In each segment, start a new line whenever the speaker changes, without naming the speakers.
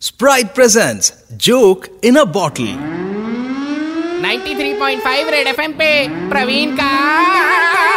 Sprite presents Joke in a Bottle.
93.5 red FM पे प्रवीण का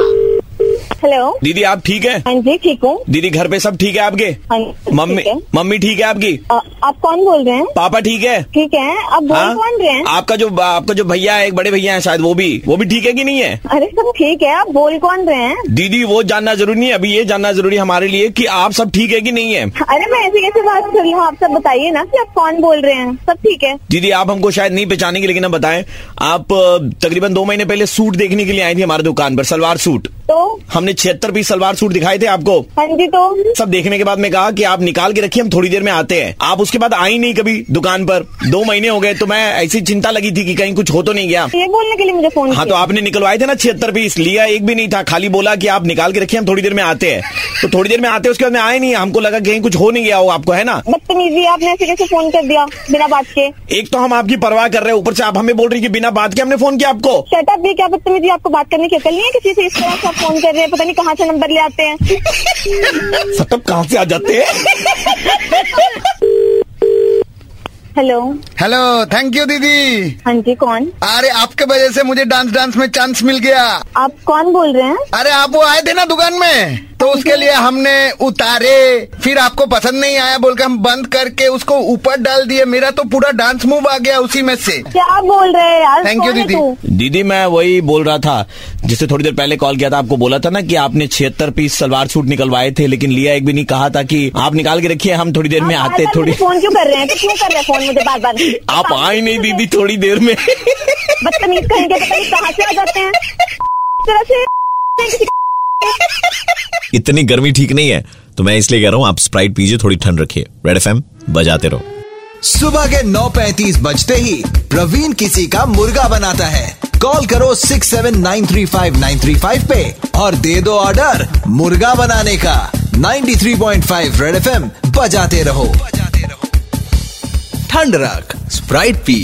hello
दीदी आप ठीक है
हाँ जी ठीक हूँ
दीदी घर पे सब ठीक है
हाँ,
आपके मम्मी
ठीक है।
मम्मी ठीक है आपकी
अ, आप कौन बोल रहे हैं
पापा ठीक है
ठीक है आप बोल
हाँ?
कौन रहे हैं
आपका जो आपका जो भैया है एक बड़े भैया है शायद वो भी वो भी ठीक है कि नहीं है
अरे सब ठीक है आप बोल कौन रहे हैं
दीदी वो जानना जरूरी नहीं है अभी ये जानना जरूरी है हमारे लिए कि आप सब ठीक है कि नहीं है
अरे मैं ऐसे कैसे बात कर रही हूँ आप सब बताइए ना कि आप कौन बोल रहे हैं सब ठीक है
दीदी आप हमको शायद नहीं पहचानेंगे लेकिन हम बताएं आप अ, तकरीबन दो महीने पहले सूट देखने के लिए आई थी हमारी दुकान पर सलवार सूट
तो
हमने छिहत्तर पीस सलवार सूट दिखाए थे आपको
हाँ जी तो
सब देखने के बाद मैं कहा कि आप निकाल के रखिए हम थोड़ी देर में आते हैं आप उसके बाद आई नहीं कभी दुकान पर दो महीने हो गए तो मैं ऐसी चिंता लगी थी कि कहीं कुछ हो तो नहीं गया
ये बोलने के लिए मुझे फोन
हाँ तो
किया
आपने निकलवाए थे ना छिहत्तर पीस लिया एक भी नहीं था खाली बोला कि आप निकाल के रखिए हम थोड़ी देर में आते हैं तो थोड़ी देर में आते हैं उसके बाद में आए नहीं हमको लगा कहीं कुछ हो नहीं गया हो आपको है ना
बदतमीजी आपने ऐसे कैसे फोन कर दिया बिना बात के
एक तो हम आपकी परवाह कर रहे हैं ऊपर से आप हमें बोल रही कि बिना बात के हमने फोन किया आपको
शटअप ये क्या बदतमीजी आपको बात करने की अकल नहीं है किसी से इस तरह से आप फोन कर रहे हैं पता नहीं कहाँ से नंबर ले आते हैं
सतब कहाँ से आ जाते हैं
हेलो
हेलो थैंक यू दीदी
हाँ जी कौन
अरे आपके वजह से मुझे डांस डांस में चांस मिल गया
आप कौन बोल रहे हैं
अरे आप वो आए थे ना दुकान में तो उसके लिए हमने उतारे फिर आपको पसंद नहीं आया बोलकर हम बंद करके उसको ऊपर डाल दिए मेरा तो पूरा डांस मूव आ गया उसी में से
क्या बोल रहे हैं यार
Thank you,
कौन है
दीदी।
तू?
दीदी मैं वही बोल रहा था जिसे थोड़ी देर पहले कॉल किया था आपको बोला था ना कि आपने छिहत्तर पीस सलवार सूट निकलवाए थे लेकिन लिया एक भी नहीं कहा था कि आप निकाल के रखिए हम थोड़ी देर में
आप
आते
बार-बार
थोड़ी
मुझे फोन क्यों कर रहे हैं तो क्यों कर रहे हैं फोन मुझे बार बार
आप आए नहीं दीदी थोड़ी देर में
बदतमीज करेंगे पता नहीं कहाँ से आ जाते हैं इस तरह से किसी
इतनी गर्मी ठीक नहीं है तो मैं इसलिए कह रहा हूँ आप स्प्राइट पीजिए थोड़ी ठंड रखिए रेड एफ बजाते रहो
सुबह के 9:35 बजते ही प्रवीण किसी का मुर्गा बनाता है कॉल करो 6793595 पे और दे दो ऑर्डर मुर्गा बनाने का 93.5 रेड एफएम बजाते रहो
ठंड रख स्प्राइट पी